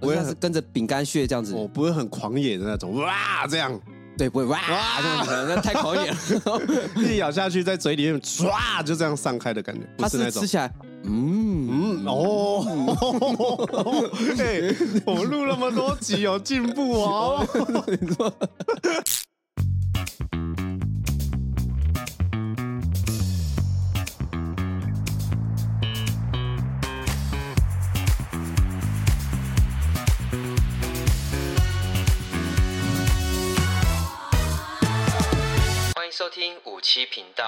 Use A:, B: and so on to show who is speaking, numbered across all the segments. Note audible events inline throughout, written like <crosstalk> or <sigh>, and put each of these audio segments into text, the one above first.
A: 我
B: 我
A: 也
B: 也
A: 是
B: 很，
A: 跟着饼干屑这样子，
B: 我不会很狂野的那种，哇，这样 <laughs>
A: 对，不会哇，
B: 哇
A: 这种可能那太狂野了。
B: 一咬下去，在嘴里面唰就这样散开的感觉， <laughs> 不
A: 它
B: 是
A: 是
B: 那
A: 吃
B: 种。
A: 起来，嗯，
B: 嗯哦， <laughs> 哎、我们录那么多
A: <laughs>
B: 集有进步哦。
C: 欢迎收听五七频道。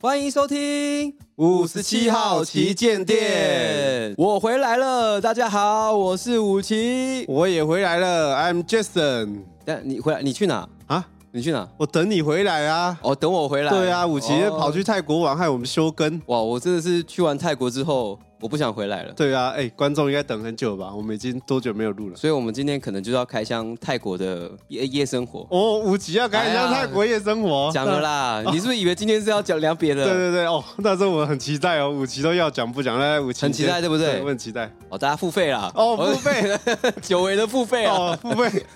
A: 欢迎收听 <laughs> 五十七号旗舰店，我回来了，大家好，我是五七。
B: 我也回来了，I'm Jason
A: 但你回来，你去哪？
B: 啊，
A: 你去哪？
B: 我等你回来啊。
A: 哦，等我回来。
B: 对啊，武奇
A: 哦
B: 跑去泰国玩，害我们休更。
A: 哇，我真的是去完泰国之后，我不想回来了。
B: 对啊，哎、观众应该等很久吧？我们已经多久没有录了？
A: 所以，我们今天可能就要开箱泰国的夜夜生活。
B: 哦，武奇要赶一
A: 哎
B: 下
A: 呀
B: 泰国夜生活，
A: 讲了啦，你是不是以为今天是要讲聊别的？
B: 哦对。对对，哦，那时候我很期待哦，武奇都要讲不讲？来，来武奇
A: 很期待对不对
B: 我很期待。
A: 哦，大家付费啦。
B: 哦，付费，
A: <laughs> 久违的付费啊。
B: 哦，付 <laughs> 费。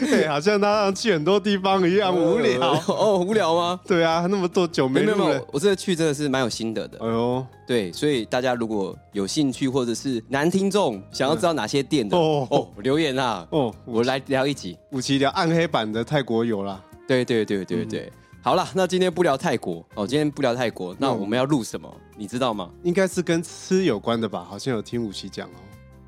B: 对，好像他去很多地方一样无
A: <laughs>
B: 聊。
A: 哦，无聊吗？
B: 对啊，那么多久没
A: 没有
B: 录
A: 没
B: 了
A: 有，？我这次去真的是蛮有心得的。
B: 哎呦，
A: 对，所以大家如果有兴趣，或者是男听众想要知道哪些店的，
B: 嗯哦
A: 哦留言啊，
B: 哦，
A: 我来聊一集。
B: 武奇聊啊暗黑版的泰国游啦。
A: 对对对对对，好啦，那今天不聊泰国哦，今天不聊泰国，那
B: 嗯嗯
A: 我们要录什么？你知道吗？
B: 应该是跟吃有关的吧？好像有听武奇讲哦。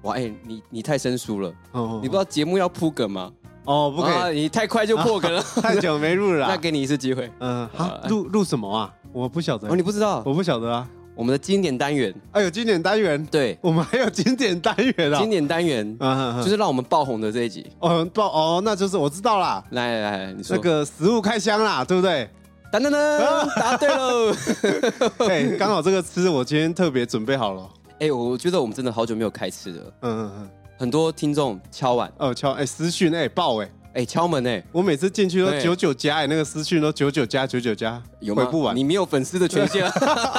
A: 哇，哎、你你太生疏了，
B: 哦，
A: 你不知道节目要铺梗吗？
B: 哦，不可
A: 啊
B: 以，
A: 你太快就破梗
B: <laughs>
A: 了，
B: 太久没录
A: <laughs>
B: 了
A: 那
B: 啦。
A: 给你一次机会。 <laughs>
B: 嗯，好，
A: 呃
B: 录录什么啊？我不晓得
A: 哦，，你不知道
B: 我不晓得啊。
A: 我们的经典单元，
B: 哎，有经典单元，
A: 对，
B: 我们还有经典单元啊
A: 经。典单元
B: 嗯，
A: 就
B: 就是
A: 是让我们爆红的这一集。
B: 哦很爆哦，那就是我知道啦，
A: 来来来，你说
B: 那个啊食物开箱啦，对不
A: <laughs>
B: 对？
A: 噔噔噔，答对喽！ <laughs>
B: 对，哎刚好这个吃我今天特别准备好了。
A: 哎、我觉得我们真的好久没有开吃了，
B: 嗯嗯嗯，
A: 很多听众敲碗，
B: 哦敲哎私讯哎爆哎，
A: 哎、敲门哎、
B: 我每次进去都
A: 对
B: 九九加哎，那个私讯都九九加九九加，
A: 有
B: 回
A: 吗？
B: 不完。
A: 你没有粉丝的权限
B: <laughs>
A: 啊！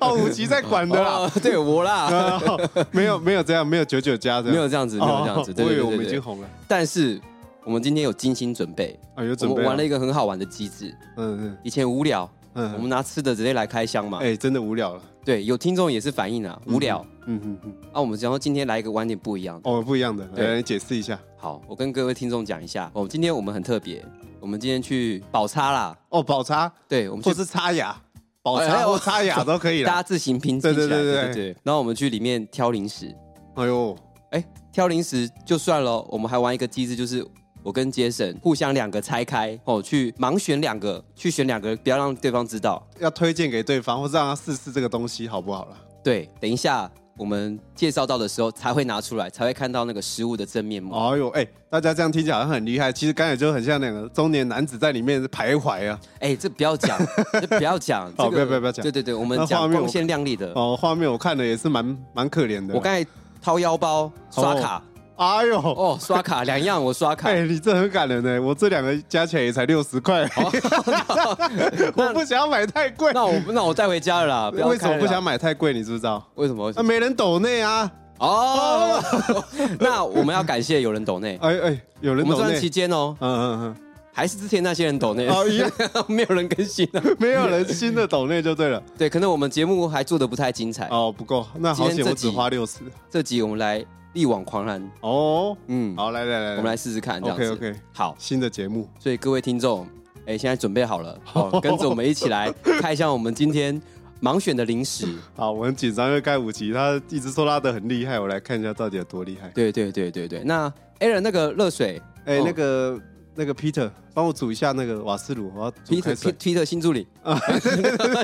B: 哦，武奇在管的啦
A: 哦。对我啦，
B: 哦 <laughs> 没有没有这样，没有九九加的，
A: 没有这样子，没有这样子，
B: 哦
A: 对
B: 我
A: 对
B: 以为
A: 对
B: 我
A: 对
B: 们已
A: 对
B: 经红了。
A: 但是我们今天有精心准备，
B: 啊，有准
A: 我
B: 备
A: 们
B: 了
A: 玩了一个很好玩的机制。
B: 嗯
A: 以前无聊，
B: 嗯
A: 我们拿吃的直接来开箱嘛。
B: 哎，真的无聊了。
A: 对，有听众也是反映啊，无聊。
B: 嗯嗯嗯，
A: 啊，我们想说今天来一个玩点不一样的。
B: 哦，不一样的，
A: 对
B: 来你解释一下。
A: 好，我跟各位听众讲一下，哦，今天我们很特别，我们今天去宝叉啦。
B: 哦，宝茶
A: 对，我们去
B: 或是擦牙，宝
A: 哎
B: 茶
A: 哎我
B: 或擦牙
A: <laughs>
B: 都可以
A: 大家
B: 啦。
A: 自行拼凑起来，
B: 对对对对
A: 对。然后我们去里面挑零食，
B: 哎呦，
A: 哎，挑零食就算了，我们还玩一个机制，就是我跟杰森互相两个拆开哦，去盲选两个，去选两个，不要让对方知道。
B: 要推荐给对方，或是让他试试这个东西，好不好啦？
A: 对，等一下我们介绍到的时候才会拿出来，才会看到那个食物的真面目。
B: 哎呦，哎，大家这样听起来好像很厉害，其实刚才就很像那个中年男子在里面徘徊啊。
A: 哎，这不要讲，这不要讲，
B: <laughs> 哦
A: 这个
B: 不要不要不要讲
A: 对对对，我
B: 那
A: 们
B: 画
A: 讲
B: 面我
A: 光鲜亮丽的。
B: 哦，画面我看了也是蛮蛮可怜的。
A: 我刚，才掏腰包刷卡，
B: 哎呦，
A: 哦，刷卡两样，我刷卡。
B: 哎、你这很感人呢！我这两个加起来也才六十块，
A: <laughs>
B: 我不想要买太贵。
A: 哦那我那我带回家了
B: <laughs>
A: 啦，不要
B: 为什
A: 开
B: 么
A: 了
B: 不
A: 啦
B: 想？买太贵？你知不知道？
A: 为什么？
B: 啊，没人抖内啊！
A: 哦， <laughs> 那我们要感谢有人抖内。
B: 哎哎， <laughs> 有
A: 我
B: 人
A: 们
B: 抖
A: 这段
B: 内
A: 期。间哦，
B: 嗯 <laughs> 嗯
A: 还是之前那些人抖内，
B: 哦一样
A: <laughs> 没有人更
B: <laughs>
A: 新啊。
B: 嗯，没有人新的抖内就对了。
A: 对，可能我们节目还做的不太精彩。
B: 哦，不够，那好
A: 哎今天
B: 险，
A: 这
B: 我只
A: 集
B: 花六十。
A: 这集我们来力挽狂澜，
B: 哦，
A: 嗯，
B: 好，来来来，
A: 我们来试试看这样子。
B: OK OK，
A: 好，
B: 新的节目，
A: 所以各位听众，哎，现在准备好了，
B: <laughs>
A: 好，跟着我们一起来开箱我们今天盲选的零食。
B: 好，我很紧张，因为盖五级他一直说拉的很厉害，我来看一下到底有多厉害。
A: 对对对对对，那 Aaron 那个热水，
B: 哎，
A: 哦
B: 那个那个 Peter，帮我煮一下那个瓦斯炉，我要煮
A: 哦
B: 开啊
A: Peter
B: 水
A: Pe-。Peter 新助理， <laughs>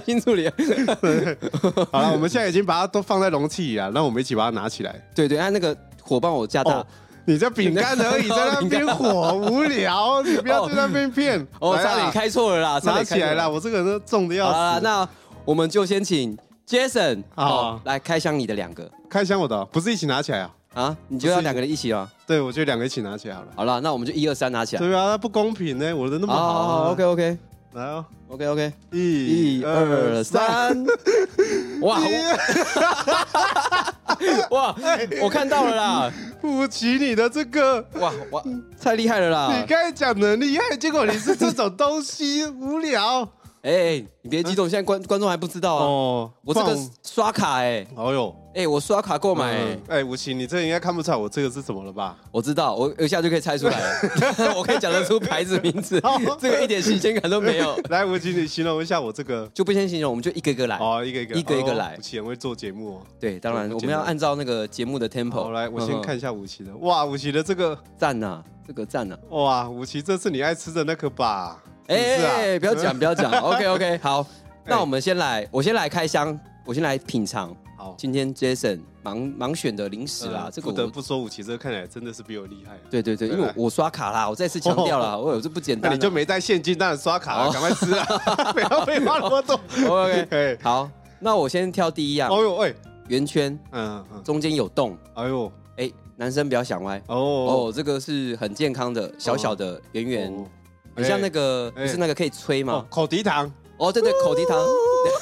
A: 新助
B: <laughs>
A: 理，
B: 好了，我们现在已经把它都放在容器里了，让我们一起把它拿起来。
A: 对对，他那个火帮我加大
B: 哦，你这饼干而已，
A: <laughs> 你
B: 在
A: 在
B: 那边火无聊，你不要在那边骗。
A: 哦，
B: 来啦啊
A: 差点开错了啦，差
B: 拿
A: 点开
B: 起
A: 错
B: 来
A: 了
B: 了，。我这个人重的要
A: 好啦，
B: 死。啊
A: 那我们就先请 Jason
B: 好
A: 哦来开箱你的两个
B: 开箱我的，哦不是一起拿起来啊？
A: 啊，你就要两个人一起啊。
B: 对，我觉得两个一起拿起来好了。
A: 好了，那我们就一二三拿起来。
B: 对啊，那不公平呢，我的那么好。啊
A: 好，OK OK
B: 来哦，
A: OK OK，
B: 一
A: 一二，三，哇，我哇，我看到了啦！
B: 不起你的这个，
A: 哇哇，太厉害了
B: 你
A: 啦！
B: 刚才讲的厉害，结果你是这种东西，
A: <laughs>
B: 无聊
A: 哎、哎你别激动，现在观观众还不知道啊。
B: 哦。
A: 我这
B: 不
A: 个
B: 然
A: 刷卡哎、
B: 我，哎呦，
A: 哎、我刷卡购买、哎
B: 嗯哎，吴奇，你这应该看不出来我这个是什么了吧？ <laughs>
A: 我知道，我一下就可以猜出来了，我可以讲得出牌子名字
B: 好，
A: 这个一点新鲜感都没有，
B: 来，吴奇，你形容一下我这个。
A: 就不先形容，我们就一个一个来。
B: 哦，一个一个，
A: 一个一个
B: 哦
A: 来
B: 吴奇很会做节目哦。
A: 对，当然
B: 我
A: 我们
B: 不简单
A: 要按照那个节目的 tempo。
B: 好，来，我先
A: 嗯
B: 看。一下吴奇的。哇，吴奇的这个，
A: 赞呐、这个赞呐、啊
B: 哇，吴奇这是你爱吃的那个吧？
A: 哎、
B: 是不是啊
A: 哎哎不要讲，不要讲。OK OK，好，
B: <laughs>
A: 那我们先来，我先来开箱，我先来品尝
B: 好，
A: 今天 Jason 盲盲选的零食啦。
B: 嗯
A: 这个
B: 不得
A: 我，
B: 不说，武奇这个看起来真的是比我厉害啊。
A: 对对对，因为
B: 对
A: 我我刷卡啦，我再次强调啦，我有这不简
B: 哦那
A: 单啊。
B: 你就没带现金，当然刷卡了，赶快吃啊！不要废话那么多。
A: OK，OK
B: 哎，
A: 好，那我先挑第一样
B: 哎，呦喂，
A: 圆圈
B: 嗯嗯，
A: 中间有洞，
B: 哎呦，
A: 哎、男生不要想歪。
B: 哦
A: 哦，这个是很健康的，小小的，圆圆，
B: 哦
A: 很像那个，
B: 哎
A: 不是那个可以吹
B: 哦
A: 吗？
B: 口蹄糖，
A: 哦，对对，口蹄糖，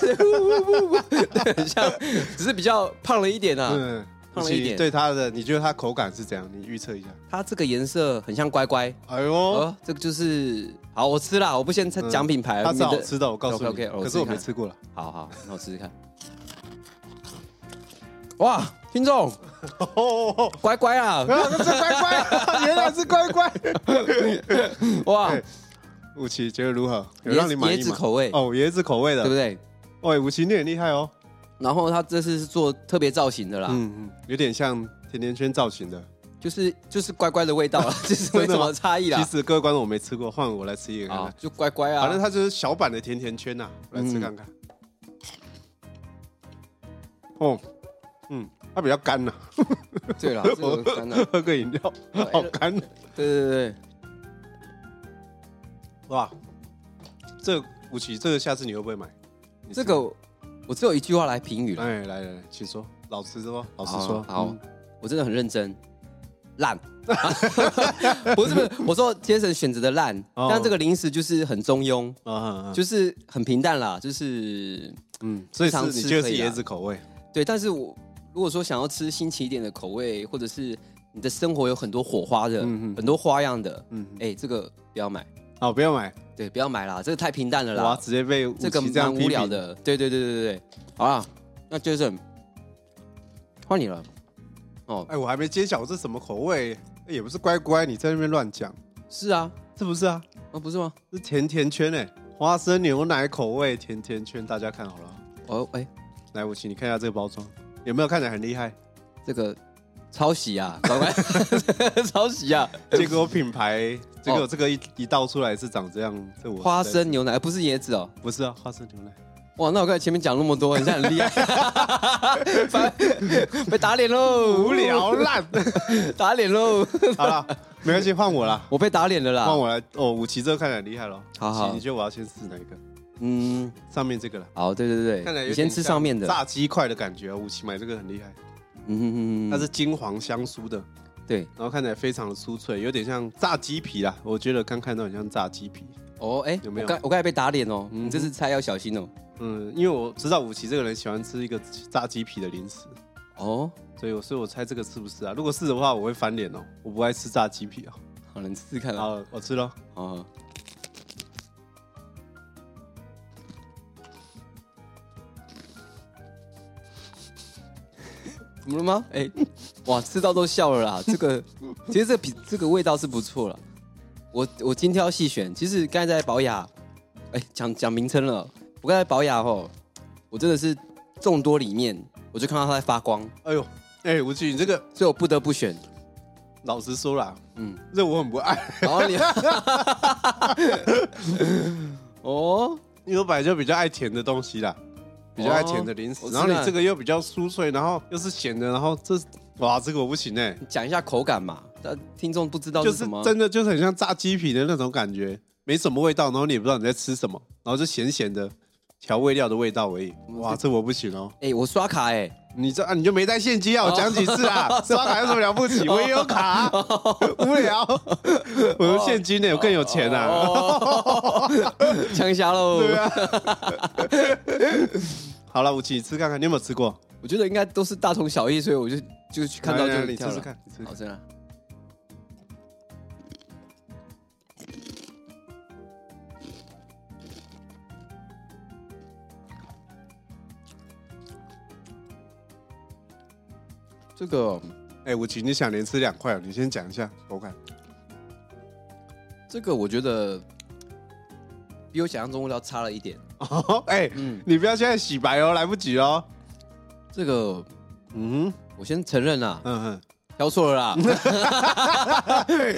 A: 对对 <laughs> 对很像，只是比较胖了一点啊。
B: 嗯，
A: 胖了
B: 武器
A: 一点
B: 对它的，你觉得它口感是怎样？你预测一下。
A: 它这个颜色很像乖乖，
B: 哎呦，
A: 哦，这个就是好，我吃啦，我不先
B: 嗯
A: 讲品牌，
B: 它是
A: 免
B: 好
A: 得
B: 吃的，我告诉你。
A: OK，OK，我
B: 可是我没
A: 试
B: 吃过了。
A: 好好，那我试试看。哇，听众
B: 哦哦哦，
A: 乖乖啊，
B: 啊这乖乖，原来是乖乖。
A: 哇，
B: 哎武奇觉得如何？有
A: 椰
B: 让你满
A: 椰
B: 意
A: 子
B: 吗？
A: 口味，
B: 哦，椰子口味
A: 对不
B: 的。
A: 对？
B: 喂，武奇你很厉害哦。
A: 然后它这次是做特别造型的啦，
B: 嗯嗯，有点像甜甜圈造型的。
A: 就是就是乖乖的味
B: <laughs>
A: 道啦，啊就是没
B: 真的
A: 什
B: 吗
A: 么差异
B: 其
A: 啦。
B: 实各位观众我没吃过，换我来吃一个看
A: 啊
B: 看。，
A: 就乖乖啊，
B: 反正它就是小版的甜甜圈呐，我来吃看看。哦，嗯，它比较干 <laughs> 呐，
A: 对啦，这
B: <laughs>
A: 个干的，
B: 喝个饮料
A: 哎
B: 好干。
A: 对对对，
B: 哇，这吴奇，这个下次你会不会买？你吃
A: 这个我只有一句话来评语了，
B: 哎，来来来，请说，老实说，老实
A: 好
B: 说，
A: 哦好，
B: 嗯
A: 我真的很认真，烂， <laughs> 不是不
B: <laughs>
A: 是，我说杰森选择的烂，
B: 哦
A: 但这个零食就是很中庸，
B: 啊啊，啊
A: 就是很平淡啦，就是
B: 嗯，所以是
A: 常
B: 你
A: 吃
B: 觉得
A: 可
B: 是
A: 以啊
B: 椰子口味？
A: 对，但是我如果说想要吃新奇一点的口味，或者是你的生活有很多火花的，
B: 嗯嗯
A: 很多花样的，
B: 嗯，嗯
A: 哎，这个不要买，
B: 好，不要买，
A: 对，不要买啦，这个太平淡了
B: 我要
A: 啦，
B: 直接被吴
A: 这
B: 奇
A: 个
B: 这样
A: 蛮
B: 批
A: 无
B: 评
A: 聊。的，对对对对对对，好啦，那杰森换你了，哦，
B: 哎，我还没揭晓这什么口味，哎也不是乖乖，你在那边乱讲，
A: 是啊，
B: 是不是啊？
A: 啊不是吗？
B: 是甜甜圈哎、花生牛奶口味甜甜圈，大家看好了。
A: 哦，哎。
B: 来，我请你看一下这个包装，有没有看起来很厉害？
A: 这个抄袭啊，乖 <laughs> 乖，抄袭啊！
B: 结果品牌，结果
A: 哦
B: 这个一一倒出来是长这样，这我
A: 花
B: 实在
A: 生牛奶呃不是椰子哦，
B: 不是啊，花生牛奶。
A: 哇！那我刚才前面讲那么多，你现在很厉害， <laughs> 反 <laughs> 被打脸喽，
B: 无，聊烂，
A: 打脸喽，
B: <laughs> 好了，没关系，换我啦，
A: <laughs> 我被打脸了
B: 换
A: 啦。
B: 我来。哦，武奇这个看起来很厉害了。
A: 好好
B: 武奇你觉得我要先试哪一个？
A: 嗯，
B: 上面这个了。
A: 好，对对
B: 看起
A: 对，
B: 来
A: 你
B: 有点
A: 先吃上面的，
B: 炸鸡块的感觉，武奇买这个很厉害，
A: 嗯嗯嗯，
B: 它是金黄香酥的，
A: 对，
B: 然后看起来非常的酥脆，有点像炸鸡皮啦。我觉得刚看到很像炸鸡皮，
A: 哦，哎，
B: 有没有
A: 我刚我刚才被打脸哦，
B: 嗯
A: 你这次猜要小心哦。
B: 嗯，因为我知道武奇这个人喜欢吃一个炸鸡皮的零食，
A: 哦，
B: 所以我所以我猜这个是不是啊？如果是的话，我会翻脸哦，我不爱吃炸鸡皮哦。
A: 好，你试试看啊。
B: 好，我吃了。
A: 哦，怎么了吗？哎、哇，吃到都笑了啦。这个其实这比这个味道是不错了。我我精挑细选，其实刚才在保雅，哎、讲讲名称了。我刚才保雅吼，我真的是众多里面，我就看到它在发光，
B: 哎呦，哎，吴奇，你这个
A: 所以我不得不选。
B: 老实说啦，
A: 嗯，
B: 这我很不爱，
A: 然后你， <laughs> 哦，
B: 因为我本来就比较爱甜的东西啦，比较爱甜的零食。
A: 哦
B: 然后
A: 我知
B: 你
A: 道
B: 这个又比较酥脆，然后又是咸的，然后这哇，这个我不行哎、
A: 讲一下口感嘛，但听众不知道
B: 就是是
A: 什么。
B: 真的就是很像炸鸡皮的那种感觉，没什么味道，然后你也不知道你在吃什么，然后就咸咸的调味料的味道而已。
A: <laughs>
B: 哇，这我不行哦。
A: 哎、我刷卡哎、
B: 你这啊，你就没带现
A: 哦
B: 金啊？我讲几
A: <laughs>
B: 次啊？刷卡有什么了不起？我也有卡啊、
A: 哦
B: 无聊。我有现金呢，我更有钱
A: 哦
B: 啊。
A: <laughs> 哦，枪侠喽。
B: 对啊。好了，吴奇，你吃看看，你有没有吃过？
A: 我觉得应该都是大同小异，所以我就就去看到
B: 来来
A: 就
B: 来你
A: 跳
B: 试
A: 了。
B: 试看，你吃吃
A: 好，
B: 看
A: 这样。这个
B: 哎，吴奇，你想连吃两块哦，你先讲一下口感。
A: 这个，我觉得比我想象中味道差了一点。
B: 哦， <laughs> 哎，
A: 嗯，
B: 你不要现在洗白哦，来不及哦。
A: 这个
B: 嗯
A: 我先承认
B: <laughs>
A: 啦，
B: 嗯
A: 挑错了啦，
B: 嗯，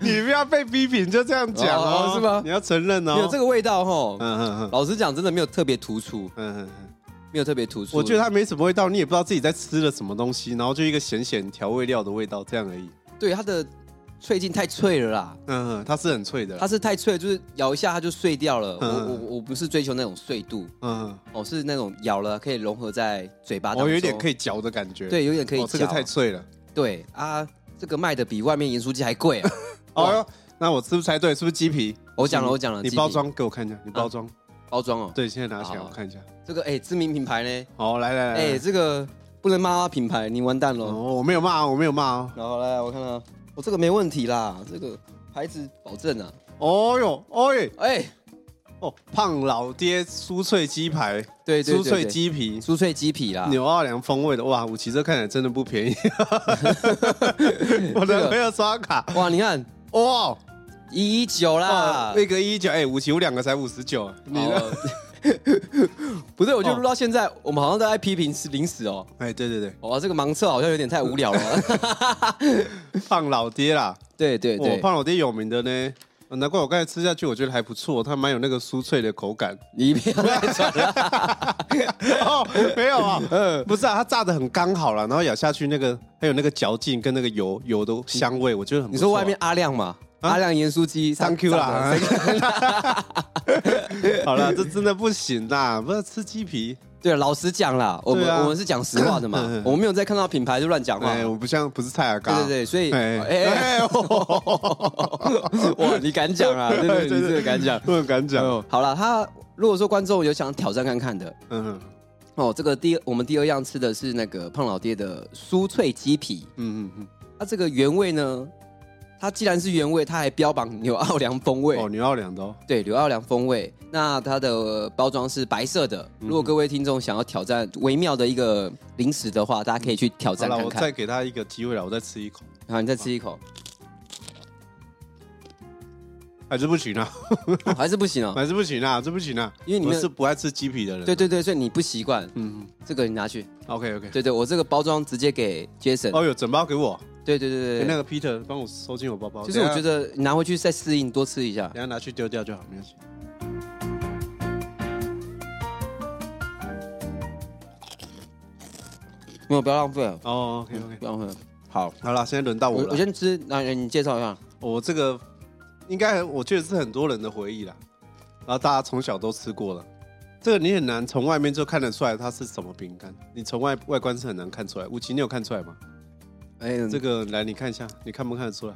B: 你不要被批评就这样讲
A: 哦
B: 哦，
A: 是吗
B: 你要承认
A: 没有
B: <laughs> 哦。
A: 这
B: 个，
A: 个味道哈。
B: 嗯嗯嗯
A: 老实讲，真的没有特别突出，
B: 嗯嗯嗯，
A: 没有特别突出。
B: 我觉得它没什么味道，你也不知道自己在吃了什么东西，然后就一个咸咸调味料的味道这样而已。
A: 对它的脆劲太脆了啦。
B: 嗯，嗯它是很脆的啦。
A: 它是太脆，就是咬一下它就碎掉了。我
B: 嗯
A: 我我不是追求那种碎度，
B: 嗯，
A: 哦，是那种咬了可以融合在嘴巴当中，
B: 哦我有点可
A: 以，
B: 以嚼的感觉。
A: 对，有点可以
B: 哦，
A: 嚼。啊
B: 这个太脆了。
A: 对啊，这个卖的比外面盐酥鸡还贵
B: <laughs>
A: 啊！哇
B: 哦哟，那我吃不猜对，是不是鸡皮？
A: 我讲了，我讲了，鸡
B: 你
A: 皮
B: 包装给我看一下，你包装。
A: 包装哦，
B: 对，现在拿起来
A: 好
B: 我看一下。
A: 这个哎，知名品牌呢，
B: 好，来来来，
A: 哎，
B: 哎，
A: 这个不能骂它品牌，你完蛋了。
B: 哦我没有骂哦，我没有骂哦。
A: 然后来，我看看，我这个没问题啦，这个牌子保证啊。
B: 哦哟，哦耶，
A: 哎，
B: 哦，胖老爹酥脆鸡排，
A: 对对对，
B: 酥脆
A: 对啊
B: 鸡皮，
A: 酥脆鸡皮啦，
B: 牛奥良风味的，哇，五奇这看起来真的不便宜。
A: <laughs>
B: 我
A: 这
B: 的
A: 个
B: 朋友刷卡，
A: 哇，你看
B: 哇，
A: 一一九啦
B: 哇，，那个哦一九，哎，五奇我两个才五十九，你
A: 好
B: 呢？哦
A: 了哦 <laughs> 不是，我就录到现在，我们好像都在批评吃零食哦。
B: 哎，对对对，
A: 哇，这个盲测好像有点太无聊了。
B: <laughs> 胖老爹啦，
A: 对对
B: 我
A: 哎对，
B: 胖老爹有名的呢。哦难怪我刚才吃下去，我觉得还不错，它蛮有那个酥脆的口
A: <laughs>
B: 感。
A: 你不要再转了。
B: 哦，没有啊，
A: 嗯
B: 不是啊，它炸的很刚好了，然后咬下去那个还有那个嚼劲跟那个油油的香味，我觉得很不错啊。
A: 你说外面阿亮嘛？
B: 啊
A: 阿亮盐酥鸡它
B: <laughs> Thank you 啦啊
A: 长得 <laughs>
B: 好了，这真的不行啦，不要吃鸡皮。
A: 对，老实讲啦，我们
B: 对啊
A: 我们是讲实话
B: <laughs>
A: 的嘛
B: 嗯，
A: 我们没有在看到品牌就乱讲话。
B: 哎，
A: 对
B: 我不像不是蔡阿嘎。
A: 对对，所以
B: 哎
A: 哎，
B: 哎， <laughs>
A: <laughs> 哇，你敢讲啊？真的，你
B: 真的
A: 这个敢讲。
B: 我很敢讲。
A: 哦好了，他如果说观众有想挑战看看的，
B: 嗯
A: 哦，这个第二我们第二样吃的是那个胖老爹的酥脆鸡皮，
B: 嗯嗯
A: 它这个原味呢，它既然是原味，它还标榜纽奥良风味，
B: 嗯，哦，牛奥良的哦，
A: 对，纽奥良风味。那它的包装是白色的。
B: 嗯
A: 如果各位听众想要挑战微妙的一个零食的话，大家可以去挑
B: 好
A: 战
B: 了，
A: 看
B: 我
A: 看。
B: 再给他一个机会了，我再吃一口，
A: 好，你再吃一口，
B: 还是不
A: <laughs>
B: 行啊，
A: 哦还是不
B: <laughs>
A: 行哦。
B: 还是不行啊，这不行啊，
A: 因为你
B: 我
A: 们
B: 是不爱吃鸡皮的人。啊
A: 对，对对，所以你不习惯，
B: 嗯
A: 这个你拿去。
B: ，OK OK。
A: 对对，我这个包装直接给 Jason。
B: 哦，有整包给我，
A: 对对对
B: 哎
A: 对对，
B: 那个 Peter 帮我收进我包包。
A: 就是我
B: 等一下
A: 觉得拿回去再适应，多吃一下。
B: 等一下拿去丢掉就好，没关系。
A: 没有，不要浪费了，
B: 哦，OK OK。
A: 不要浪费了。好，
B: 好了，现在轮到我
A: 嗯我
B: 了。
A: 我先吃，那你介绍一下。
B: 我这个应该我觉得是很多人的回忆啦，然后大家从小都吃过了。这个你很难从外面就看得出来它是什么饼干，你从外外观是很难看出来。吴奇，你有看出来吗？
A: 哎，这
B: 这个来你看一下，你看不看得出来？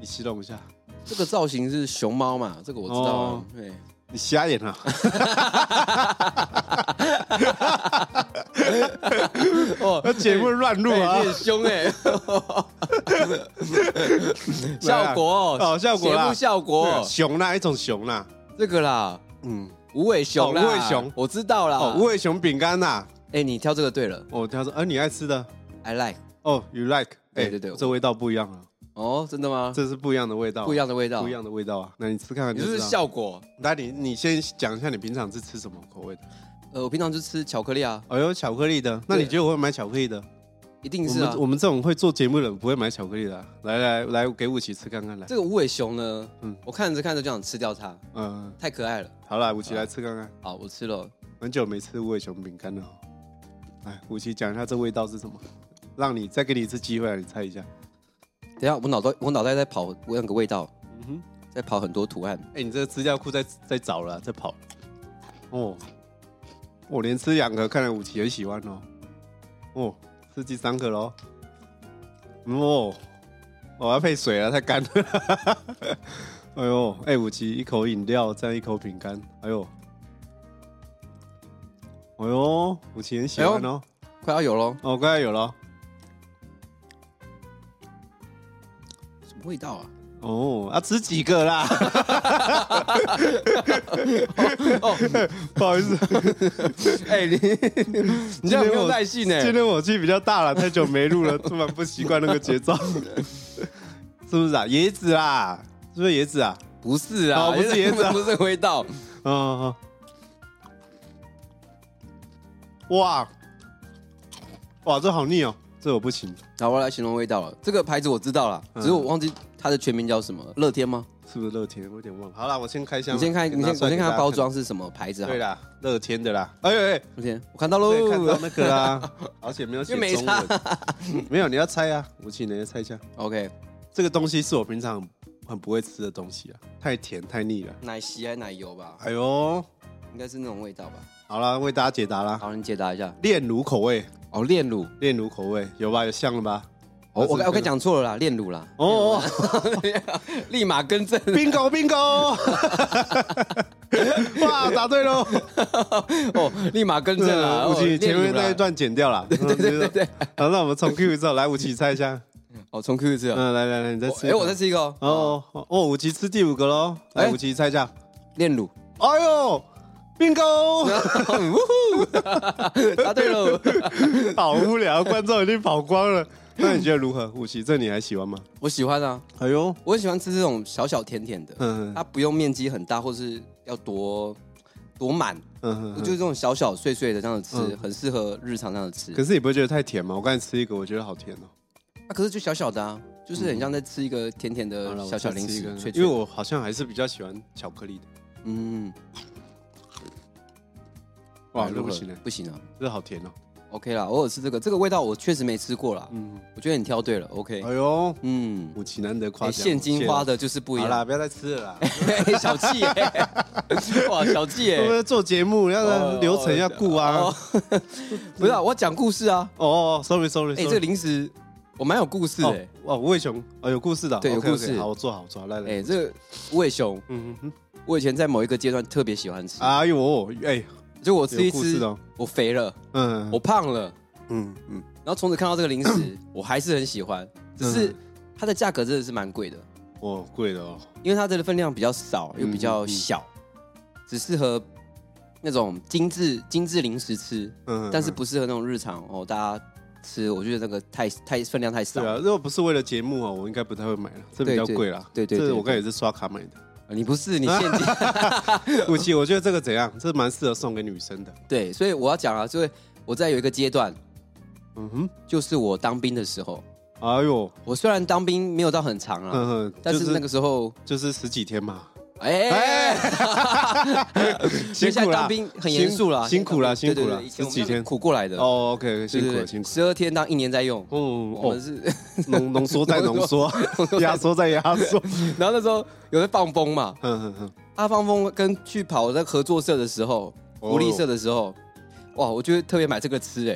B: 你形容一下，
A: 这个造型是熊猫嘛？这个我知道啊、
B: 哦 <laughs>
A: 对，
B: 你瞎眼 <laughs> 啊！
A: 哦，
B: 节目乱入
A: <laughs>
B: 啊
A: 哎你！很凶
B: <laughs>
A: 哎、效果哦，
B: 哦效果啦
A: 节目效果哦、
B: 熊啦，一种熊啦，
A: 这个啦，
B: 嗯，
A: 无尾熊啦，
B: 哦无尾熊
A: 我知道啦。
B: 哦，无尾熊饼干呐。
A: 哎、你挑这个对了
B: 哦，他说，呃，你爱吃的，
A: ，I like。
B: 哦，you like，
A: 对
B: 哎
A: 对对
B: 这味道不一样啊，
A: 哦，真的吗？
B: 这是不一样的味道，啊
A: 不一样的味道，
B: 不一。样的味道啊。那你吃看看
A: 你
B: 就是知
A: 不
B: 道，
A: 是效果？
B: 那你你先讲一下你平常是吃什么口味的？
A: 呃，我平常就吃巧克力啊，
B: 哦，有巧克力的，那你觉得我会买巧克力的？
A: 一定
B: 我
A: 是啊
B: 们。我们这种会做节目的人不会买巧克力的啊、来来来，给武奇吃看看来。
A: 这个无尾熊呢，
B: 嗯
A: 我看着看着就想吃掉它，
B: 嗯，
A: 太可爱了。
B: 好啦，武奇来吃看看。
A: 好，我吃了。
B: 很久没吃无尾熊饼干了哦。来，武奇讲一下这味道是什么，让你再给你一次机会啊，你猜一下。
A: 等一下，我脑袋我脑袋在跑那个味道，
B: 嗯哼，
A: 在跑很多图案。
B: 哎、你这个资料库在在找了啊、在跑了。哦，我连吃两个，看来武奇很喜欢哦。哦，吃第三个喽。嗯哦，我要配水了，太干了。 <laughs> 哎呦，哎、武奇一口饮料，再一口饼干，哎呦，哎哎呦，武奇很喜欢哦。
A: 快要有喽，
B: 哦，刚才有了。
A: 什么味道啊？
B: 哦，啊，吃几个啦？
A: 哦，
B: 不好意思，
A: <laughs> 哎、
B: <laughs>
A: 你你这样没有耐性欸呢、
B: 今天我气比较大了，太久没录了，突然不习惯那个节奏，是不是啊？椰子啦，是不是椰子啊？
A: 不是啊，
B: 哦不是椰子
A: <laughs>
B: 啊
A: 不是味道，
B: 嗯，哦哇，哇，这好腻哦，这我不行，
A: 好，我来形容味道了。这个牌子我知道了，
B: 嗯
A: 只是我忘记它的全名叫什么，乐天吗？
B: 是不是乐天？我有点忘了。好啦，我先开箱
A: 你
B: 啦，
A: 先看，你
B: 拿
A: 先，
B: 出
A: 我
B: 来
A: 先看
B: 给大家
A: 它包。装是什么牌子好
B: 对
A: 了。
B: 啦，乐天的啦。哎哎哎，
A: 乐天，我看到喽
B: 我，也看到那个 <laughs> 啦，而且没有写
A: 又没
B: 中
A: 差
B: 文，没有，你要猜啊，吴奇，你要猜一下，
A: OK，
B: 这个东西是我平常很很不会吃的东西啊，太甜太腻了。
A: 奶昔还是奶油吧，
B: 哎呦，
A: 应该是那种味道吧。
B: 好啦，为大家解答啦，
A: 好，你解答一下。
B: 炼乳口味，
A: 哦，炼乳，
B: 炼乳口味有吧？有像了吧？
A: 哦，我
B: 这
A: 刚
B: 个
A: 我刚讲错了啦，炼乳啦。 <laughs>
B: 哦，
A: 立马更
B: <laughs>
A: 正。
B: bingo bingo，哇，答对喽！
A: 哦，立马更正了。
B: 吴
A: 哦
B: 奇，前面
A: 炼乳啦
B: 那一段剪掉了。对对对对，好，那我们重 Q 一次哦，来，吴奇猜一下。
A: 哦，重 Q 一次哦。
B: 嗯，来来来，你再
A: 哦
B: 吃一
A: 哎，
B: 个。
A: 我再吃一个哦。哦，
B: 哦哦哦，吴奇吃第五个喽。来，
A: 哎
B: 吴奇猜一下。
A: 炼乳。 <laughs>
B: 哎呦，bingo！
A: <laughs> 答对
B: <laughs>
A: 喽。
B: 好无聊，观众已经跑光了。那你觉得如何？吴奇，这你还喜欢吗？
A: 我喜欢啊，
B: 哎呦，
A: 我很喜欢吃这种小小甜甜的，
B: 嗯嗯
A: 它不用面积很大，或是要多多满，
B: 嗯
A: 我
B: 嗯
A: 觉得这种小小碎碎的这样子吃，
B: 嗯
A: 很适合日常这样子吃。
B: 可是你不会觉得太甜吗？我刚才吃一个，我觉得好甜哦。
A: 啊，可是就小小的啊，就是很像在吃一个甜甜
B: 嗯好
A: 的
B: 了我
A: 小小
B: 再
A: 零
B: 吃一
A: 食
B: 个，
A: 脆脆的
B: 因为我好像还是比较喜欢巧克力的。
A: 嗯，
B: 哇，
A: 哎
B: 那不行了，
A: 不行啊。
B: 这好甜哦。
A: OK 啦，偶尔吃这个，这个味道我确实没吃过啦。
B: 嗯，
A: 我觉得你挑对了，OK。
B: 哎呦，
A: 嗯，
B: 武奇难得夸
A: 哎
B: 奖，
A: 现金花的就是不
B: 不
A: 一
B: 好啦，
A: 样，
B: 不要再吃了啦。
A: 嘿小气耶、哇，小气耶、
B: 我 <laughs> 们做节目
A: 哦
B: 要流程要顾啊 <laughs>
A: 哦。不是、啊，我要讲故事啊。
B: 哦，sorry sorry，
A: 哎、这个零食我蛮有故事的、
B: 哦哇，无尾熊哦，有故事的，
A: 对有
B: OK，OK，
A: 故事
B: 好，我做好，我做好，来来，
A: 哎、这个无尾熊，
B: 嗯嗯，
A: 我以前在某一个阶段特别喜欢吃，
B: 哎呦，哎，
A: 就我吃一
B: 有故事
A: 吃
B: 的，哦
A: 我肥了，
B: 嗯，
A: 我胖了，
B: 嗯嗯，
A: 然后从此看到这个零食，我还是很喜欢，只是
B: 嗯
A: 它的价格真的是蛮贵的，
B: 哦，贵的哦，
A: 因为它这个分量比较少，
B: 嗯
A: 又比较小，只适合那种精致精致零食吃，
B: 嗯，
A: 但是不适合那种日常哦大家吃，我觉得那个太太分量太少
B: 对。啊，如果不是为了节目啊，我应该不太会买了，这比较贵啦。
A: 对对对对对
B: 这我刚才也是刷卡买的。 <laughs>
A: 你不是你现金
B: 武器，我觉得这个怎样？这蛮适合送给女生的。
A: 对，所以我要讲啊，就是我在有一个阶段，
B: 嗯哼，
A: 就是我当兵的时候，
B: 哎呦，
A: 我虽然当兵没有到很长啊，
B: 嗯哼，
A: 但
B: 就是
A: 那个时候，
B: 就是十几天
A: <laughs>
B: 嘛，
A: 哎、
B: 辛
A: 现在
B: 苦啦
A: 当，兵很严肃啦，
B: 辛辛苦啦，
A: 对
B: 辛
A: 对
B: 苦
A: 对
B: 啦，
A: 以前
B: 十
A: 我们
B: 几天。
A: 苦过来的，
B: 哦，OK，辛苦了，辛苦了。
A: 十二天当一年在用，
B: 嗯，
A: 我们
B: 哦，
A: 是，
B: 浓浓缩再浓
A: <laughs>
B: 缩，压缩再压缩。
A: 然后那时候有在放风嘛，
B: 嗯嗯嗯，
A: 他放风跟去跑那合作社的时候，
B: 哦
A: 福利社的时候，哇，我就特别买这个吃哎、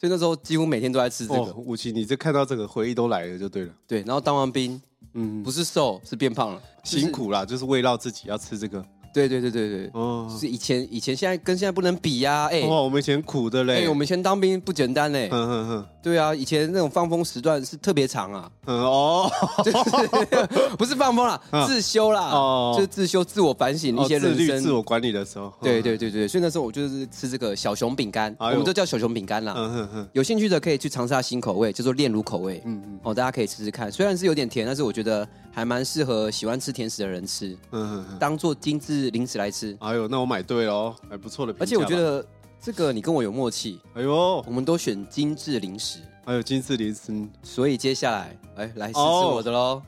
A: 所以那时候几乎每天都在吃这
B: 哦
A: 个，，
B: 武器，你这看到这个回忆都来了，就对了。
A: 对，然后当完兵
B: 嗯，
A: 不是瘦是变胖了，就是
B: 辛，苦啦，就是为了自己要吃这个。
A: 对对对对对，
B: 哦，
A: 是以前以前现在跟现在不能比呀、哎、
B: 哇，我们以前苦的
A: 哎、
B: 嘞。
A: 我们以前当兵不简单嘞、
B: 嗯嗯嗯。
A: 对啊，以前那种放风时段是特别长
B: <laughs>
A: 啊，
B: 嗯哦，
A: 就是不是放风啦，
B: 嗯
A: 自修啦，
B: 哦
A: 就是自修、自我反省 <laughs> 一
B: 哦
A: 些
B: 自
A: 人
B: 律、
A: 生。
B: 自我管理的时候，
A: 对对对对，所以那时候我就是吃这个小熊饼干，
B: 嗯哎呦
A: 我们都叫小熊饼干啦。
B: 嗯，嗯嗯
A: 有兴趣的可以去尝试它新口味，叫做炼乳口味。
B: 嗯嗯
A: 哦，大家可以试试看，虽然是有点甜，但是我觉得还蛮适合喜欢吃甜食的人吃，
B: 嗯嗯嗯，
A: 当做精致零食来吃。
B: 哎呦，那我买对了哦，还不错的评价吧
A: 而且我觉，得这个你跟我有默契，
B: 哎呦哎
A: 我，们都选精致零食，
B: 还有精致零食，
A: 所以接下来哎来试试
B: 哦
A: 我的喽。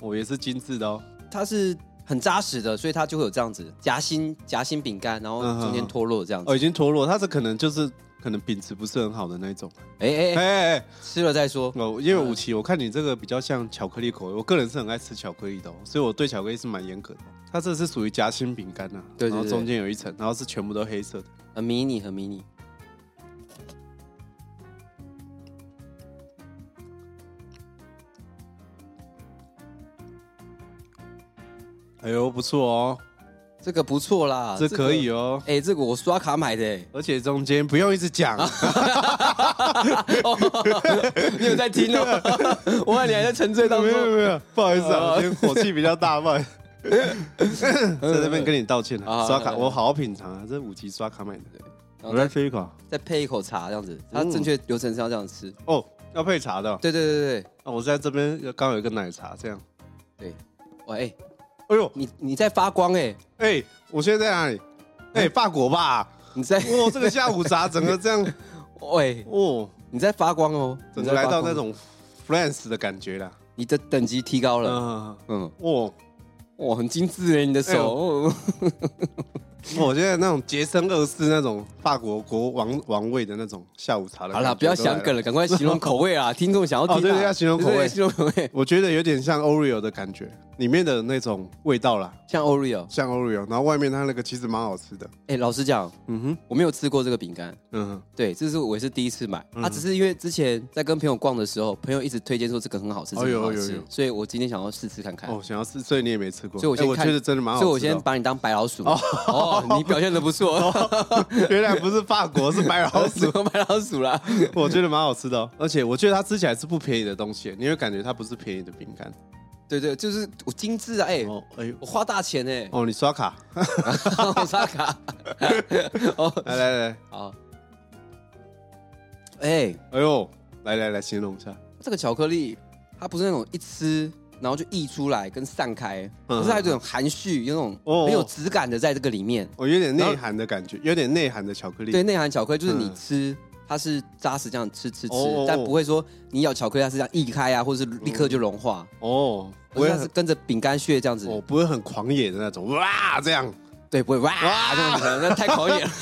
B: 我也是精致的哦，
A: 它是很扎实的，所以它就会有这样子夹心夹心饼干，然后
B: 嗯
A: 中间脱落这样子
B: 哦，已。经脱落，它是可能就是可能品质不是很好的那一种，
A: 哎哎
B: 哎
A: 哎，
B: 哎哎，
A: 吃了再说。
B: 哦，因为武奇，我看你这个比较像巧克力口味，我个人是很爱吃巧克力的哦，所以我对巧克力是蛮严格的，哦它这是属于夹心饼干呐，啊
A: 对对
B: 然后
A: 对
B: 中间有一层，然后是全部都黑色的，
A: 很呃迷你，很迷你。
B: 哎呦，不错哦，
A: 这个不错啦，
B: 这可以
A: 哦。
B: 哦，
A: 哎，这个我刷卡买的， <laughs> 哎
B: 而且中间不用一直讲，
A: 你有在听哦？ <laughs> 我看你还在沉醉当
B: <laughs> 没有
A: 中。
B: 没有，不好意思啊，
A: 哦
B: 我今天火气比较大，不好意思，在这边跟你道歉啊。
A: 啊
B: 刷卡，
A: 对
B: 我好好品尝啊，这五级刷卡买的，
A: 然
B: 我
A: 后
B: 再
A: 再
B: 吃一口。
A: 再配一口茶，这样子，它
B: 嗯
A: 正确流程是要这样吃。
B: 哦，要配茶的哦。
A: 对对对对
B: 啊我在这边刚好有一个奶茶，这样。
A: 对，哇，哎，
B: 哎呦，
A: 你你在发光哎，
B: 哎，我现在在哪里？哎，法国吧。
A: 你在
B: 哇，这个下午茶整个这样，
A: <laughs> 喂，
B: <laughs> 哦，
A: 你在发光哦，
B: 整
A: 你
B: 个
A: 在
B: 来
A: 发
B: 到
A: 光
B: 那种 France 的感觉啦。
A: 你的等级提高了，
B: 嗯，
A: 嗯，
B: 哦，
A: 哇，很精致哎，你的
B: 哎呦
A: 手，哦
B: 哦我现在那种洁身二世那种法国国王王位的那种下午茶的。
A: 好啦，不要想梗
B: 了。
A: 了，赶快形容口味
B: <laughs>
A: 啊！听众想要听啊，
B: 哦对对要形容口味
A: 对对形容口味，
B: 我觉得有点像 Oreo 的感觉，里面的那种味道啦，
A: 像 Oreo。
B: 像 Oreo，然后外面它那个其实蛮好吃的。
A: 哎，老实讲，
B: 嗯哼，
A: 我没有吃过这个饼干，
B: 嗯哼，
A: 对，这是我也是第一次买。
B: 嗯
A: 啊，只是因为之前在跟朋友逛的时候，朋友一直推荐说这个很好吃，这
B: 哎
A: 个
B: 呦
A: 很好
B: 哎呦哎
A: 吃
B: 呦，
A: 所以我今天想要试试看看。
B: 哦，想要吃，所以你也没吃过，
A: 哎所以我先
B: 哎我
A: 看
B: 觉得真的蛮好吃
A: 所以
B: 的哦。
A: 我
B: <laughs>
A: 先把你当白老鼠。哦，你表现的不错， <laughs>
B: 原来不是法国，是白老
A: 什 <laughs>
B: 鼠，
A: 么白老鼠啦？
B: 我觉得蛮好吃的哦，而且我觉得它吃起来是不便宜的东西，你会感觉它不是便宜的饼干。
A: 对对，就是我精致啊！哎，
B: 哦，哎呦，
A: 我花大钱哎，
B: 哦，你刷卡，
A: <laughs> 我刷卡。哦，
B: 来来来，
A: 好。哎，
B: 哎呦，来来来，形容一下，
A: 这个巧克力它不是那种一吃然后就溢出来跟散开，
B: 嗯
A: 可是它有一种含蓄，有那种
B: 哦
A: 很有质感的在这个里面。
B: 我哦有点内涵的感觉，有点内涵的巧克力。
A: 对，，内含巧克力就是你
B: 嗯
A: 吃。它是扎实这样吃吃吃，
B: 哦哦哦
A: 但不会说你咬巧克力它是这样溢开啊，或是立刻就融化，
B: 哦，不
A: 而
B: 会
A: 是它是
B: 很，
A: 跟着饼干屑这样子，
B: 哦，不会很狂野的那种，哇，这样。
A: 对，不会哇这样子，那太狂野
B: <laughs>
A: 了。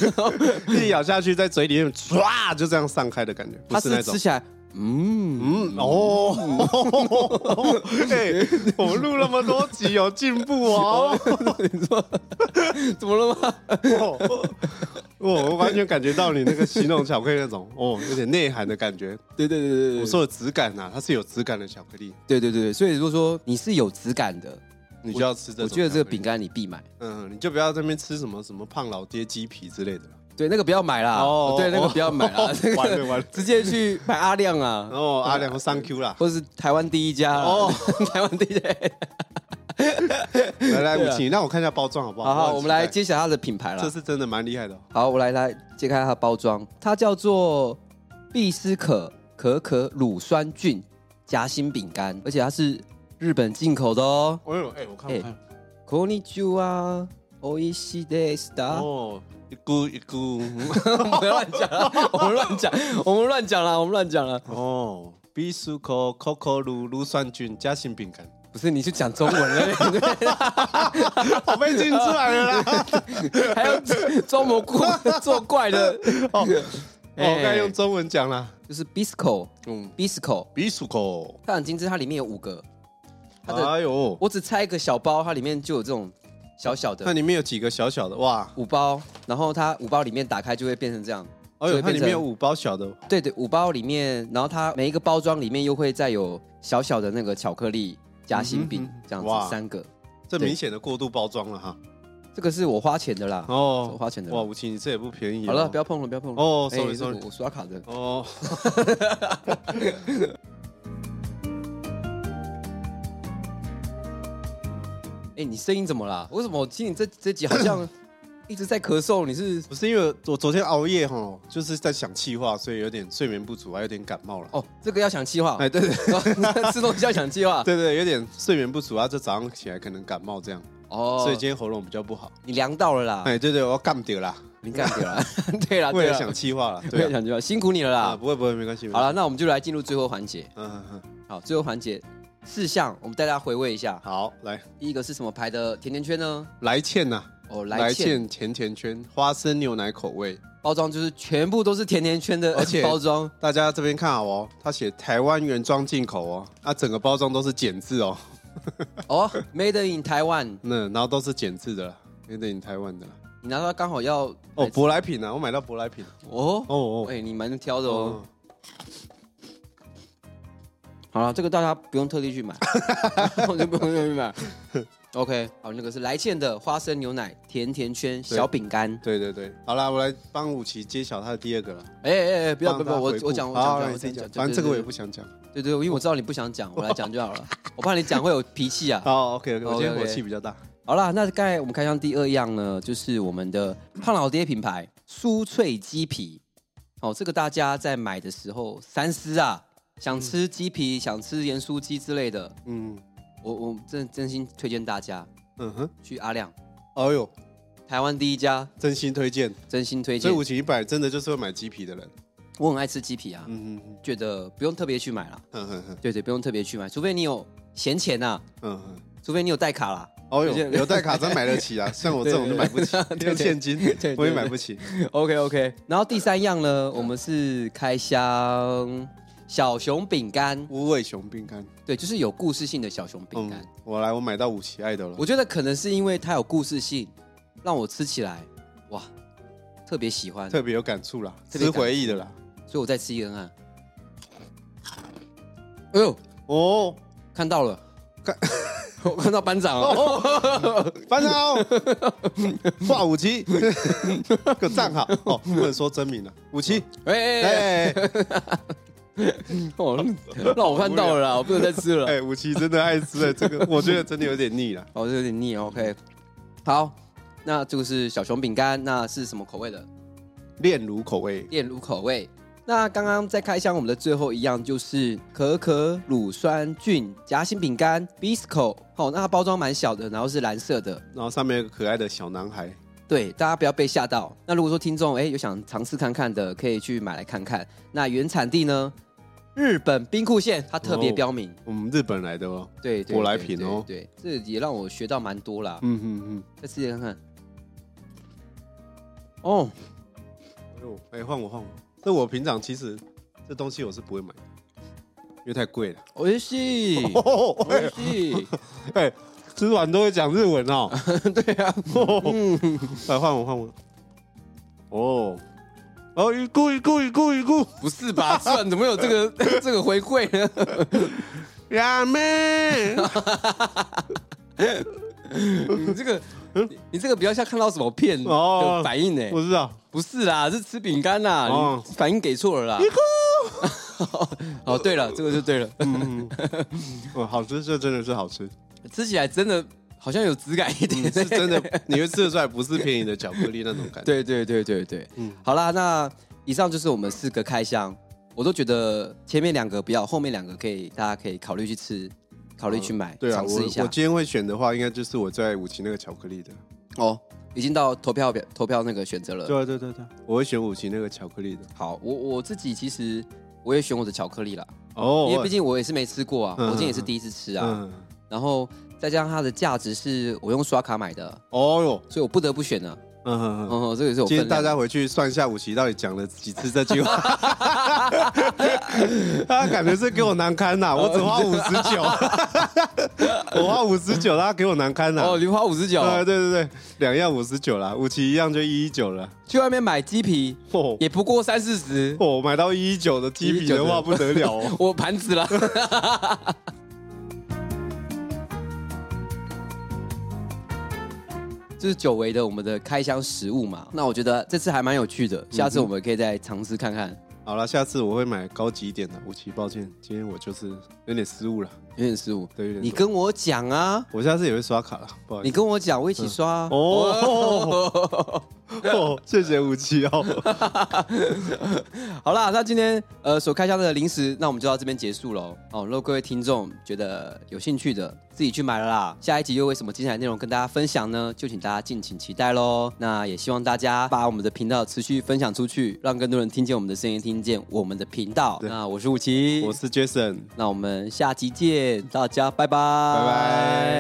B: 一咬下去，在嘴里面唰就这样散开的感觉，不
A: 它
B: 是那
A: 是
B: 种
A: 吃。起来，嗯，
B: 嗯哦， <laughs> 哎，我们录那么多集有进步哦，
A: <laughs> 你说怎么了吗？
B: 哦我完全感觉到你那个形容巧克力那种哦，有点内涵的感觉。
A: 对对对对对，
B: 我说的质感啊，它是有质感的巧克力，
A: 对对对对，所以如果说你是有质感的，
B: 你就要吃这种。
A: 我觉得这个饼，干你必买。
B: 嗯，你就不要在那边吃什么什么胖老爹鸡皮之类的了。
A: 对，那个不要买啦。哦，
B: 哦
A: 对，那个不要买啦
B: 哦，
A: 那
B: 完了
A: 个
B: 完了
A: 直接去买阿亮啊，
B: 然后哦阿良和三 Q 啦，
A: 或是台湾第一家啦
B: 哦，
A: <laughs> 台湾第一家。
B: 来来，
A: 对
B: 武
A: 啊
B: 奇，让我看一下包装好不好？
A: 好好，我们来
B: 很期
A: 揭晓它的品牌
B: 待，这
A: 啦。
B: 是真的蛮厉害的哦。
A: 好，我来来揭开它的包装，它叫做必思可可可乳酸菌夹心饼干，而且它是日本进口的哦。
B: 哎呦，哎，我看
A: 哎
B: 我看。
A: こんにちは。おいしいですだ。啊
B: 哦，一咕一咕，
A: <laughs> 我们乱讲啦，我们乱讲，我们乱讲啦，我们乱讲啦。
B: <laughs> 哦，必须口 Coco 乳乳酸菌夹心饼干，
A: 不是，你去讲中文了，
B: <laughs> 我被进出来了啦！
A: 还要装模作怪
B: <laughs>
A: 的。
B: <laughs> 哦，
A: <laughs>
B: 我
A: 哎
B: 该用中文讲啦。
A: 就是 Bisco
B: 嗯，
A: Bisco，
B: 必须口，
A: 它很精致，它里面有五个。它的、
B: 哎呦，
A: 我只拆一个小包，它里面就有这种小小
B: 那
A: 的
B: 里面有几个小小的哇？
A: 五包，然后它五包里面打开就会变成这样。
B: 哎
A: 就
B: 呦，
A: 会
B: 它
A: 变
B: 里
A: 成
B: 面有五包小的，
A: 对对，五包里面，然后它每一个包装里面又会再有小小的那个巧克力夹心饼，
B: 嗯哼哼
A: 这样
B: 哇
A: 子三个。
B: 这
A: 对
B: 明显的过度包装了哈。
A: 这个是我花钱的啦，我
B: 哦，
A: 花钱的啦。
B: 哇，吴奇，你这也不便宜哦。
A: 好了，不要碰了，不要碰了。
B: 哦
A: 哎
B: sorry，
A: 这个
B: sorry
A: 我刷卡的。
B: 哦，
A: 哎，你声音怎么啦？为什么我听你这这集好
B: <laughs>
A: 像一直在咳嗽？你是
B: 不是因为我昨天熬夜哈，就是在想气话，所以有点睡眠不足，还有点感冒了。
A: 哦，这个要想计划，
B: 哎，对对
A: <laughs> 吃东西要想计划。
B: 对对，有点睡眠不足啊，这早上起来可能感冒这样，
A: 哦，
B: 所以今天喉咙比较不好。
A: 你凉到了啦，
B: 哎，对对，我要干掉啦，
A: 你干掉了。啊对啦， <laughs>
B: 为
A: 对
B: 了
A: 啦，
B: 想气话
A: <laughs>
B: 了，
A: 为了
B: 对啊，
A: 想计划，辛苦你了
B: 啊，
A: 啦。
B: 不会不会，没关系。
A: 好了，那我们就来进入最后环节。
B: 没关系，嗯嗯嗯，
A: 好，最后环节四项，我们带大家回味一下。
B: 好，来
A: 第一个是什么牌的甜甜圈呢？
B: 来茜呐，
A: 哦，
B: 来
A: 来茜
B: 茜甜甜圈，花生牛奶口味，
A: 包装就是全部都是甜甜圈的，
B: 而且
A: 包装
B: 大家这边看好哦，它写台湾原装进口哦，啊，整个包装都是简字哦，
A: 哦，Made in Taiwan，
B: 那然后都是简字的啦，有点台湾的啦。
A: 你拿到它刚好要
B: 哦，舶来品啊，我买到舶来品，
A: 哦
B: 哦哦
A: 哎，你蛮挑的哦
B: 哦。， <laughs>
A: <laughs> 好了，这个大家不用特地去买，我就不用特地去买。 OK，好，那个是来倩的花生牛奶甜甜圈小饼干。
B: 对对对，好啦，我来帮武奇揭晓他的第二个了。
A: 哎哎哎，不要不要不
B: 帮他
A: 要，我
B: 回顾
A: 我讲我
B: 好
A: 讲
B: 好
A: 我讲
B: 你
A: 我
B: 自己
A: 讲，
B: 反正这个我也
A: 对
B: 不想讲。
A: 对对对，因为我知道你不想讲，我来讲就好了。我怕你讲会有脾气啊。
B: 好，OK OK，我今天
A: OK，OK
B: 火气比较大。
A: 好啦，那刚才我们开箱第二样呢，就是我们的胖老爹品牌酥脆鸡皮。哦，这个大家在买的时候三思啊，想吃鸡皮、想吃盐酥鸡之类的，
B: 嗯
A: 我我真真心推荐大家
B: 嗯哼，
A: 去阿亮
B: 哎呦，
A: 台湾第一家，
B: 真心推荐。
A: 真心推
B: 所
A: 荐
B: 以。武奇一百真的就是会买鸡皮的人。
A: 我很爱吃鸡皮啊，
B: 嗯嗯
A: 觉得不用特别去买啦。
B: 嗯嗯嗯
A: 对对，不用特别去买，除非你有闲钱呐、啊，
B: 嗯嗯。
A: 除非你有带卡啦。
B: 哦
A: 推
B: 哟，
A: 荐
B: 有带卡真买得起
A: <laughs>
B: 啊，像我这种就买不起，
A: 对对
B: 用现金
A: 对
B: 我也买不起。
A: OK OK，然后第三样呢，我们是开箱小熊饼干，
B: 无尾熊饼干，
A: 对，就是有故事性的小熊饼干。
B: 嗯，我来，我买到武奇爱的了。
A: 我觉得可能是因为它有故事性，让我吃起来哇特别喜欢，所
B: 特别有感触啦，
A: 特别
B: 吃
A: 感触
B: 回忆的啦。
A: 以我再吃一根啊。哎呦，
B: 哦，
A: 看到了，看 <laughs> 我看到班长了，
B: <laughs> 哦，班长，哇，武奇，个赞好哦，不能说真名了，武奇，
A: 哎哎哎，
B: 哎
A: 哦让我看到了啦，我不能再吃了。
B: 哎，武奇真的爱吃哎，这 <laughs> 个我觉得真的有点腻了。
A: 哦，这有点腻。OK，好，那这个是小熊饼干，那是什么口味的？
B: 炼乳口味，
A: 炼乳口味。那刚刚在开箱我们的最后一样就是可可乳酸菌夹心饼干 Bisco，好、哦，那它包装蛮小的，然后是蓝色的。
B: 然后上面有个可爱的小男孩，
A: 对，大家不要被吓到。那如果说听众哎有想尝试看看的，可以去买来看看。那原产地呢？日本兵库县，它特别
B: 哦
A: 标明。
B: 我们日本来的哦。
A: 对对，
B: 舶来
A: 对
B: 品哦
A: 对，对这也让我学到蛮多啦。
B: 嗯嗯
A: 再试试看看。哦，
B: 嗯，哎呦，哎，换我换我，这我平常其实这东西我是不会买的，因为太贵了。
A: 美味
B: <laughs>
A: しい，
B: 哦， <laughs>
A: 美味しい。
B: 哎，吃完都会讲日文哦。
A: <laughs> 对啊，
B: 来换我换我。哦，哦，一顾一顾一顾一顾，
A: 不是
B: <laughs>
A: 吧？吃完怎么有这个这个回馈呢？<laughs>
B: 呀妹，
A: 你这个，你你这个比较像看到什么片
B: 嗯哦
A: 的反应呢？
B: 我知道。
A: 不是啦，是吃饼干啦，
B: 哦
A: 你反应给错了啦。 <laughs> 哦，对了，这个就对了，
B: 嗯， <laughs> 哦，好吃，这真的是
A: <laughs>
B: 好吃，
A: 吃起来真的好像有质感一点，
B: 嗯是真。的，你会吃得出来，不是便宜的巧克力那种感
A: <laughs>
B: 觉。
A: 对对对对对，
B: 嗯
A: 好啦，那以上就是我们四个开箱，我都觉得前面两个不要，后面两个可以，大家可以考虑去吃，考虑去买，
B: 对啊，
A: 尝
B: 我
A: 试一
B: 我
A: 下。
B: 今天会选的话，应该就是我在五期那个巧克力的。
A: 哦，已经到投票表投票那个选择了。
B: 对对对对，我会选五期那个巧克力的。
A: 好，我我自己其实我也选我的巧克力啦，
B: 哦
A: 因为毕竟我也是没吃过啊，
B: 嗯
A: 我今天也是第一次吃啊。
B: 嗯，
A: 然后再加上它的价值是我用刷卡买的，
B: 哦哟，
A: 所以我不得不选呢、
B: 嗯嗯嗯。
A: 哦、这个也是我
B: 今
A: 分量
B: 天大家回去算一下武奇到底讲了几次
A: <laughs>
B: 这句话，他感觉是给我难堪呐、
A: 哦
B: 我只花五十九，
A: <laughs>
B: 我花五十九，他给我难堪呐、
A: 哦，零花五十九，
B: 啊，对对对，两样五十九啦，五期一样就一一九了。
A: 去外面买鸡皮
B: 哦，
A: 也不过三四十，
B: 哦，买到一一九的鸡皮的话
A: 119的
B: 不得了哦。
A: <laughs> 我盘子啦。这是久违的我们的开箱食物嘛？那我觉得这次还蛮有趣的，下
B: 嗯
A: 次我们可以再尝试看看，
B: <laughs> 好了，下次我会买高级一点的。武奇，抱歉，今天我就是有点失误了，
A: 有点失误。
B: 对，有点。
A: 你，跟我讲啊，
B: 我下次也会刷卡了，不好意
A: 你
B: 思。
A: 跟我讲，我一起刷、啊。 <laughs>
B: 哦，哦，谢谢武奇哦。
A: 好啦，那今天呃所开箱的零食，那我们就到这边结束喽。哦，如果各位听众觉得有兴趣的，自己去买了啦。下一集又为什么精彩内容跟大家分享呢？就请大家敬请期待喽。那也希望大家把我们的频道持续分享出去，让更多人听见我们的声音，听见我们的频道。
B: 对
A: 那我是武奇，
B: 我是 Jason，
A: 那我们下集见，大家拜拜，
B: 拜拜。